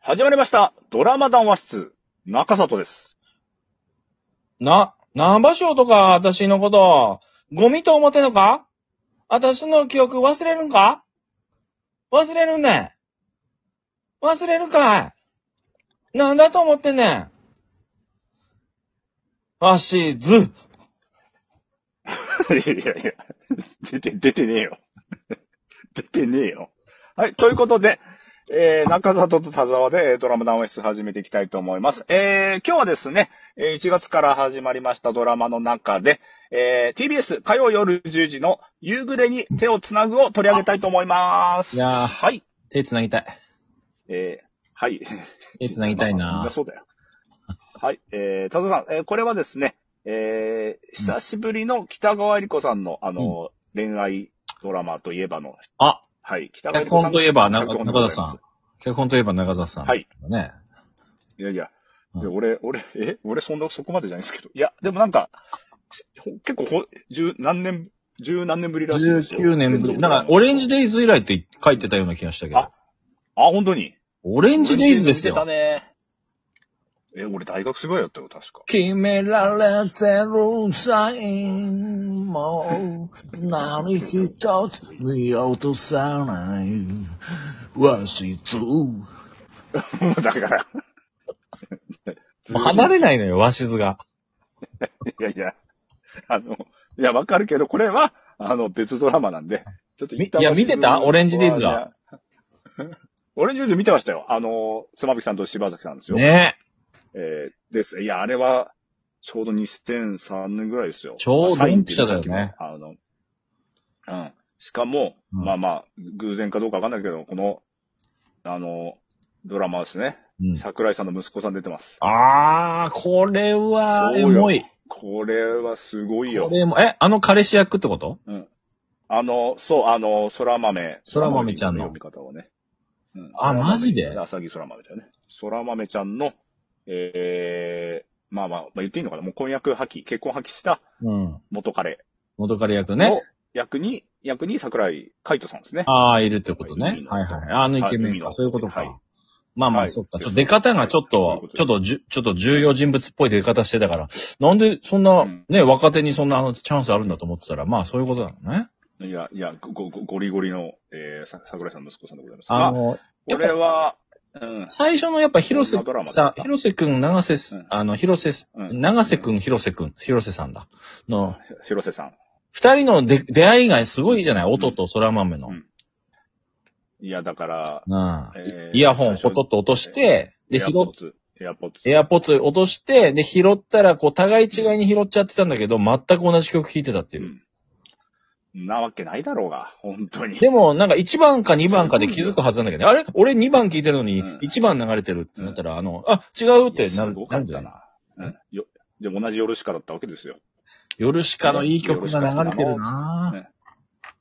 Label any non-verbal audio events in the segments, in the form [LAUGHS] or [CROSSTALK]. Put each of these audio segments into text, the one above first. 始まりました。ドラマ談話室、中里です。 [LAUGHS] な、ナンバ賞とか、私のこと、ゴミと思ってんのか私の記憶忘れるんか忘れるねん。忘れるかいなんだと思ってんねん。ファシズ。いやいやいや、出て、出てねえよ。 [LAUGHS] 出てねえよ。はい、ということで、えー、中里と田沢でえードラマ談話室始めていきたいと思います。えー、今日はですね、えー1月から始まりましたドラマの中で、えー、TBS 火曜夜10時の夕暮れに手をつなぐを取り上げたいと思います。いやーはい。手繋ぎたい。えー、はい。手繋ぎたいまあみん [LAUGHS] なそうだよ。はい。えー、田沢さん、えーこれはですね、えー、久しぶりの北川り子さんの、あの、恋愛ドラマといえばの、あ、はい、北川脚り子さ本ん。といえば、な脚本中でござい田ますさん。。脚本といえば中田さん。はい。ね。いやいや、うんいや俺、俺、え俺そんな、そこまでじゃないですけど。いや、でもなんか、ほ結構ほ、十何年、十何年ぶりらしいですよ。 19年ぶり。連続なんか、オレンジデイズ以来って書いてたような気がしたけどあ。あ、本当に。オレンジデイズですよオ。レンジデイズ見てたね。え、俺大学すごいやったよ、確か。決められてるサインも何一つ見落とさない和室。だから。 [LAUGHS] 離れないのよ、和室が。いやいや、あの、いや、わかるけど、これは、あの、別ドラマなんで、ちょっと一旦みいや見てたオレンジデイズは。 [LAUGHS] オレンジデイズ見てましたよ。あの、妻夫木さんと柴崎さんですよ。ねええ。ーです。いや、あれは、ちょうど2003年ぐらいですよ。ちょうどサインっていドンピシャだよねさっきのあの、うん。しかも、うんまあまあ、偶然かどうかわかんないけど、この、あの、ドラマですね。うん、桜井さんの息子さん出てます。あー、これは、そうエよモい。これはすごいよこ。れも、え、あの彼氏役ってことあの、そう、あの、空豆。空豆ちゃんの呼び方をね。うんあマジであさぎ空豆だよね。空豆ちゃんの、ええまあまあ、まあ、言っていいのかなもう婚約破棄、結婚破棄したうん。元彼元彼役のね。役に、役に桜井海斗さんですね。あー、いるってことはいね海。のはいはい。あのイケメはいン海のか。そういうことか。はいまあまはあ、いそっか。ちょっと出方がちょっそういうことと、でちょっとじゅ、ちょっと重要人物っぽい出方してたから、なんでそんな、うんね、若手にそんなあのチャンスあるんだと思ってたら、まあそういうことだろうね。いや、いや、ご、ご、ゴリゴリの、えー、さ桜井さんの息子さんでございます。あまあ、の、これは、うん。最初のやっぱ広瀬どんなドラマですかさ、広瀬くん、長瀬すうん、あの、広瀬す、うん長瀬くん、広瀬くん、広瀬さんだ。の、広瀬さん。二人ので出会いがすごいじゃない音と空豆のうん。いや、だから、なあえーイヤホンポトッと落として、で、エ拾アっポッツ。エアポッツ。エアポッツ落として、で、拾ったら、こう、互い違いに拾っちゃってたんだけど、全く同じ曲聴いてたっていう。うん。なわけないだろうが、本当に。でも、なんか1番か2番かで気づくはずなんだけど、あれ俺2番聴いてるのにうん1番流れてるってなったら、あの、あ、違うっいやてなるすごなかるっんじゃたないな。うん。よ、でも同じヨルシカだったわけですよ。ヨルシカのいい曲が流れてるな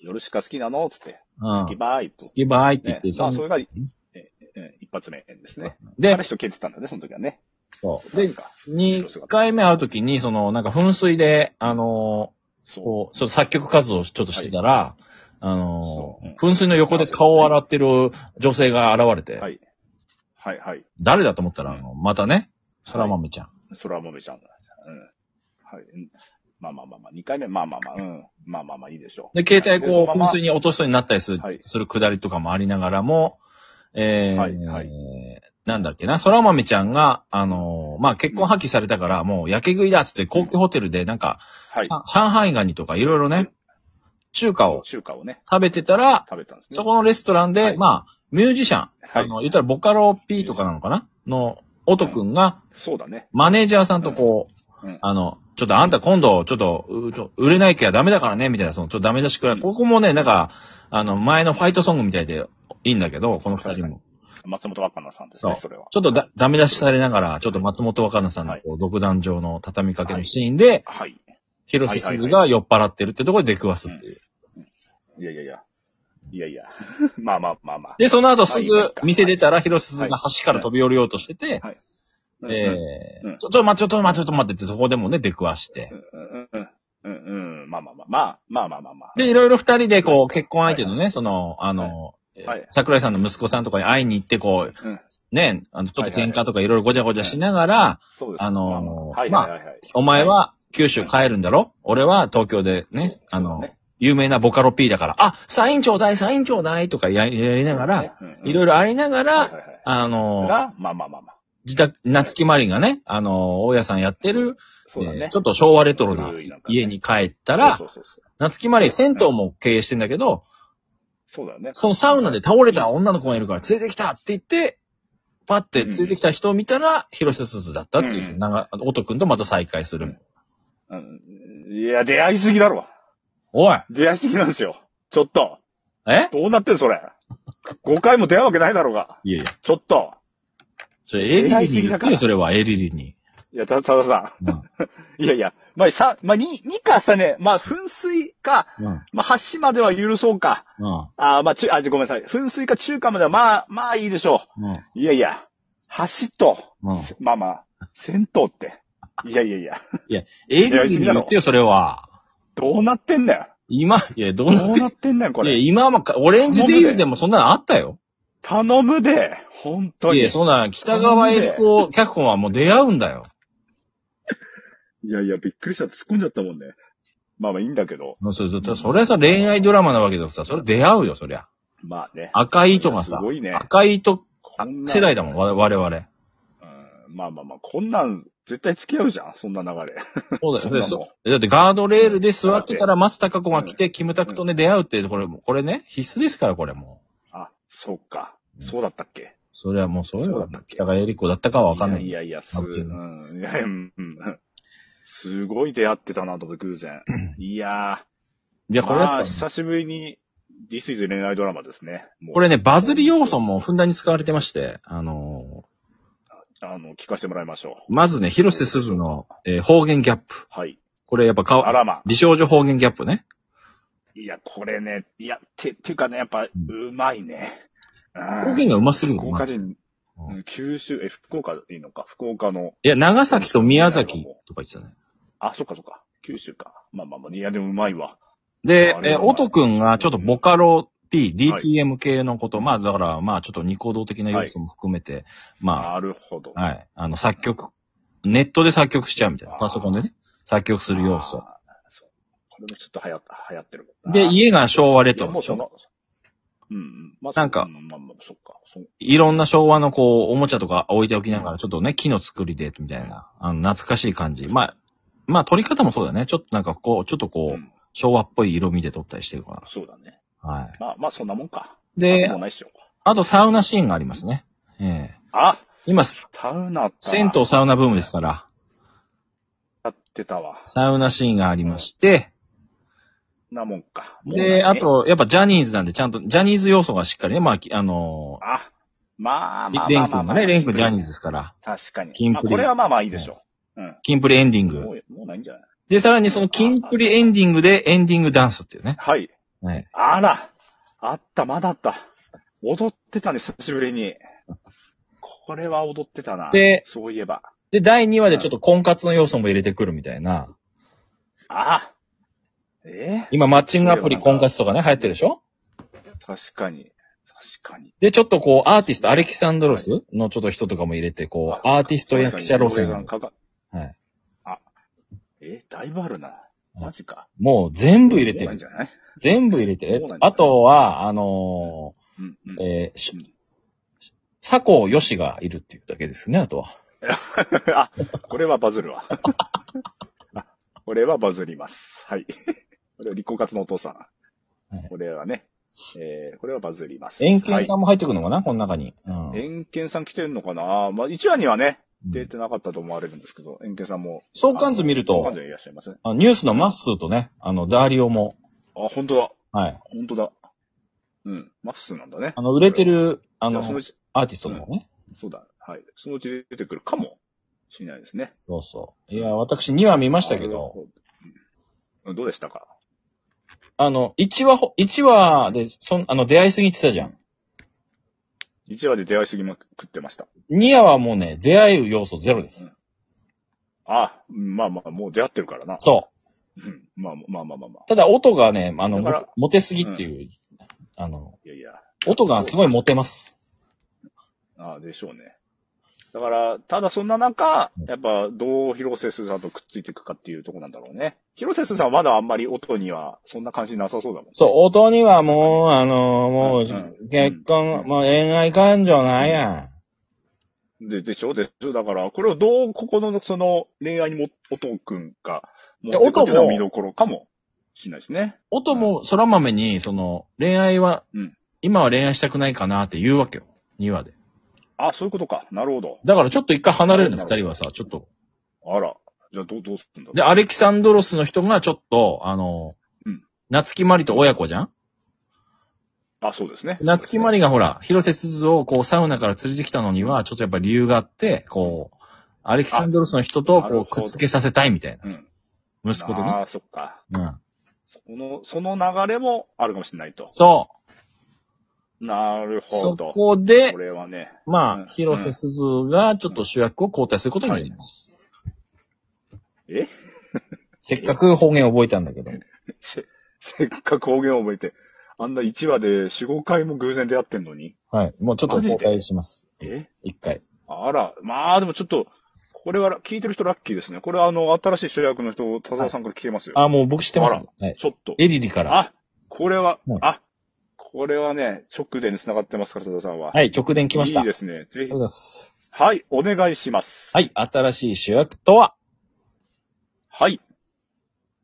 ヨルシカ好きなのつって。ぁ。好うきん。ばーいと。スキバーイって言ねって、まそあ、そのれが、ええ一発目ですね。あでの、人蹴ってたんだね、その時はね。そう。でで、か。 2回目会うときに、その、なんか噴水で、あのー、そこう、ちょっと作曲活動をちょっとしてたら、あのそううんー、噴水の横で顔を洗ってる女性が現れて、う。はい。はい、はい。誰だと思ったら、あの、またね、はい空豆ちゃん。空豆ちゃん。うん。はい。うんまあまあまあまあ、二回目、まあまあまあ、うん。まあまあまあ、いいでしょう。で、携帯こう、噴水に。に落としそうになったりする、はいするくだりとかもありながらも、えー、はいはいなんだっけな、空豆ちゃんが、あのーまあ、結婚破棄されたから、もう、焼け食いだっつって、高級ホテルで、なんか、はい。上海ガニとかいろいろね、中華を中華をね、食べてたら、食べたんですね。そこのレストランで、はいまあ、ミュージシャン、はいあの、言ったらボカロ P とかなのかなの、音くんが、そうだね。マネージャーさんとこう、うんあの、ちょっとあんた今度、ちょっと、うちょ売れないけはダメだからね、みたいな、その、ちょっとダメ出しくらい。ここもね、なんか、あの、前のファイトソングみたいでいいんだけど、この二人確かも。松本若菜さんですね、うそれは。ちょっとだダメ出しされながら、ちょっと松本若菜さんのこう独壇場の畳みかけのシーンで、はい。広瀬すずが酔っ払ってるってところで出くわすっていう。いやいやいや。いやい [LAUGHS] や。まあまあまあまあ。で、その後すはいぐ店出たら、広瀬すずが橋から飛び降りようとしてて、うんうんえうんー、ちょ、ちょ、ま、ちょっと待って、ちょっと待ってって、そこでもね、出くわして。うんうんうんうん。まあまあまあまあ。まあまあまあまあ。で、いろいろ二人でこう、結婚相手のね、その、あの、えはい桜井さんの息子さんとかに会いに行って、こう、うんね、あの、ちょっと喧嘩とかいろいろごちゃごちゃしながら、そうです。あのーはいはいはいはい。お前は九州帰るんだろ、俺は東京でね、あの、ね有名なボカロ P だから、あ、サインちょうだい、サインちょうだいとかややりながら、うんうん、いろいろありながら、はいはいはいあの、が、まあまあまあまあ。自宅、夏木マリンがね、あの、大家さんやってる、そうだえーね。ちょっと昭和レトロな古いなんかね家に帰ったら、そうそうそう夏木マリン銭湯も経営してんだけど、そう。そうだよね。そのサウナで倒れた女の子がいるから連れてきたって言って、パって連れてきた人を見たら、広瀬すずだったっていう、うん長、音くんとまた再会する。うん。いや、出会いすぎだろ。おい出会いすぎなんですよ。ちょっと。えどうなってんそれ。5回も出会うわけないだろうが。いやいや。ちょっと。それ、エリリ恋愛に的言だっかてらよ、それは、エリリに。いや、た、たださうんん。いやいや。まあ、さ、まあ、に、にかさね、まあ、噴水か、うん。うん。まあ、橋までは許そうか。あーまあ、ちゅ、あ、じごめんなさい。噴水か中華までは、まあ、まあいいでしょうん。う。いやいや。橋と、うん。まあまあ、銭湯って。いやいやいや。エリリに言ってよ、それは。どうなってんだよ。今、いや、どどうなっうてなってんだよ、こいや、れ。今もか、オレンジデイズでもそんなのあったよ。頼むで。本当いに。や、そんな、北川エリコ脚本はもう出会うんだよ。いやいや、びっくりした。突っ込んじゃったもんね。まあまあいいんだけど。もうそれ、それはさ、恋愛ドラマなわけだからさ、それ出会うよ、そりゃ。まあね。赤い糸がさす、ごいね。赤い糸こんな世代だもん、わ我々。うんまあまあまあ、こんなん絶対付き合うじゃん。そんな流れ。そうだよね。そんなもんそうだってガードレールで座ってたら松たか子が来て、キムタクとね、出会うって、これも、これね、必須ですから、これもう。あ、そうか。うんそうだったっけそれはもう、それそうだはったっけ北川エリコだったかはわかんない。いやいや、いやす、わうかんないん、いやいやうんうんすごい出会ってたなと思って偶然。いやいや、ー、これやっまあ、ぱね久しぶりに、This is 恋愛ドラマですね。もうこれね、バズり要素もふんだんに使われてまして、あのあの、聞かせてもらいましょう。ーまずね、広瀬すずの、えー方言ギャップ。はい。これやっぱ顔あ、らま。美少女方言ギャップね。いや、これね、いや、て、ていうかね、やっぱ、んうまいね。方方言がうますぎる福岡い人、ううん九州、え、福岡でいいのか、福岡の、や、長崎と宮崎とか言ってたね。あ、そっかそっか、九州か。まあまあまあ、いや、でもうまいわ。であ、れえー、はまあ音くんがちょっとボカロ P、はい DTM 系のこと、まあだから、まあちょっと二行動的な要素も含めて、まなるほど。あ、はい、あの、作曲、ネットで作曲しちゃうみたいな。あーパソコンでね、作曲する要素。あー。そうこれもちょっと流行った、流行ってる。で、い家が昭和レトやロもでうしょその、うんうん。まあ、なんかそまあまあ、そっか。そういろんな昭和のこう、おもちゃとか置いておきながら、ちょっとね、木の作りで、みたいな、あの、懐かしい感じ。まあ、まあ、撮り方もそうだね。ちょっとなんかこう、ちょっとこう、うん昭和っぽい色味で撮ったりしてるかそうだね。ら。はまあまあ、そんなもんか。い。でも、うないっしょ。あとサウナシーンがありますね。ええあ、今、タウナった。銭湯サウナブームですから、やってたわ。サウナシーンがありまして、なもんか。もうないねで、あ、と、やっぱジャニーズなんで、ちゃんと、ジャニーズ要素がしっかりね、まあき、あのあ、まあまあまあまあまあ。レン君がね、レン君ジャニーズ。ズですから、確かに。キンプリまあこれはまあまあいいでしょキンプリエンディンう。もグ。う、もうないんじゃないで、さらにそのキンプリエンディングでエンディングダンスっていうね。はい。はい。あら、あった、まだあった。踊ってたね、久しぶりに。これは踊ってたな。でそういえば。で、第2話でちょっと婚活の要素も入れてくるみたいな。あえ今、マッチングアプリ婚活とかね、流行ってるでしょ確かに。確かに。で、ちょっとこう、アーティスト、アレキサンドロスのちょっと人とかも入れて、こう、アーティスト役者路確かに線。かかはい。あ、え、だいぶあるな。マジか。もう全部入れてそうなんる。じゃない全部入れてそうなんるじゃ。ないあとは、あのうん、うん [LAUGHS] ー、。えー、しうん佐藤よしがいるっていうだけですね、あとは。あ、これはバズるわ。 [LAUGHS] あこれはバズります。はい。 [LAUGHS] これは立候活のお父さん。はいこれはね、えー、これはバズります。円形さん。んも入ってくるのかな、この中に。うん。はい、円形さん来てんのかなまあ、1話にはね、うん出てなかったと思われるんですけど、円形さんも。相関図見る相と関、図いらっしゃいますね。あニュースのマッスーとね、あの、ダーリオも、あ、本当だ。はい。本当だ。うん。マッスーなんだね。あの、売れてる、あじゃのあ、そのうち、アーティストの方ね。そうだ。はい。そのうち出てくるかもしれないですね。そうそう。いや、私2話見ましたけなるど、ほど。うんどうでしたかあの、1話ほ、一話で、そん、あの、出会いすぎてたじゃん。 ?1 話で出会いすぎまくってました。 2話はもうね、出会う要素ゼロです。あ、まあまあ、もう出会ってるからな。そうんまあまあまあまあまあ。う。ただ、音がね、あの、だからモテモテすぎっていう、あの、いやいや、音がすごいモテます。ああ、でしょうね。だから、ただそんな中、やっぱどう広瀬すずさんとくっついていくかっていうとこなんだろうね。広瀬すずさんはまだあんまり音にはそんな感じなさそうだもん。そう、音にはもう、あのもうう、ん結婚、うんもう恋愛感情ないやん。で、でしょでしょだから、これをどうここのその恋愛にも、音くんが、やもう、音音もも見どころかもしれないですね。音も、空豆に、その、恋愛は、うん今は恋愛したくないかなって言うわけよ。2話で。あ、そういうことか。なるほど。だからちょっと一回離れるの、な二るほど人はさ、ちょっと。あら。じゃあ、どう、どうするんだろうで、アレキサンドロスの人がちょっと、あの、うん夏木マリと親子じゃんあ、そうですね。夏木マリがほら、広瀬すずをこうサウナから連れてきたのには、ちょっとやっぱ理由があって、こう、アレキサンドロスの人とあなこるほうどくっつけさせたいみたいうん。な。息子とね。ああ、そっか。うん。この、その流れもあるかもしれないと。そなるう。ほそど。こでこ、れはね。うまあ、ん広瀬すずがちょっと主役を交代することになります。え [LAUGHS] せっかく方言覚えたんだけど。せ、 [LAUGHS] せっかく方言を覚えて、あんな1話で4、5回も偶然出会ってんのに。はい。もうちょっとマジで交代します。え一回。あら、まあでもちょっと、これは聞いてる人ラッキーですね。これはあの、新しい主役の人、田沢さんから聞けますよ。あ、もう僕知ってます。あはらい。ちょっと。エリリから。あ、これはうん、あ、これはね、直でに繋がってますから、田沢さんは。はい、直伝来ました。いいありがですね。ぜとひうござい。ます。はい、お願いします。はい、新しい主役とははい。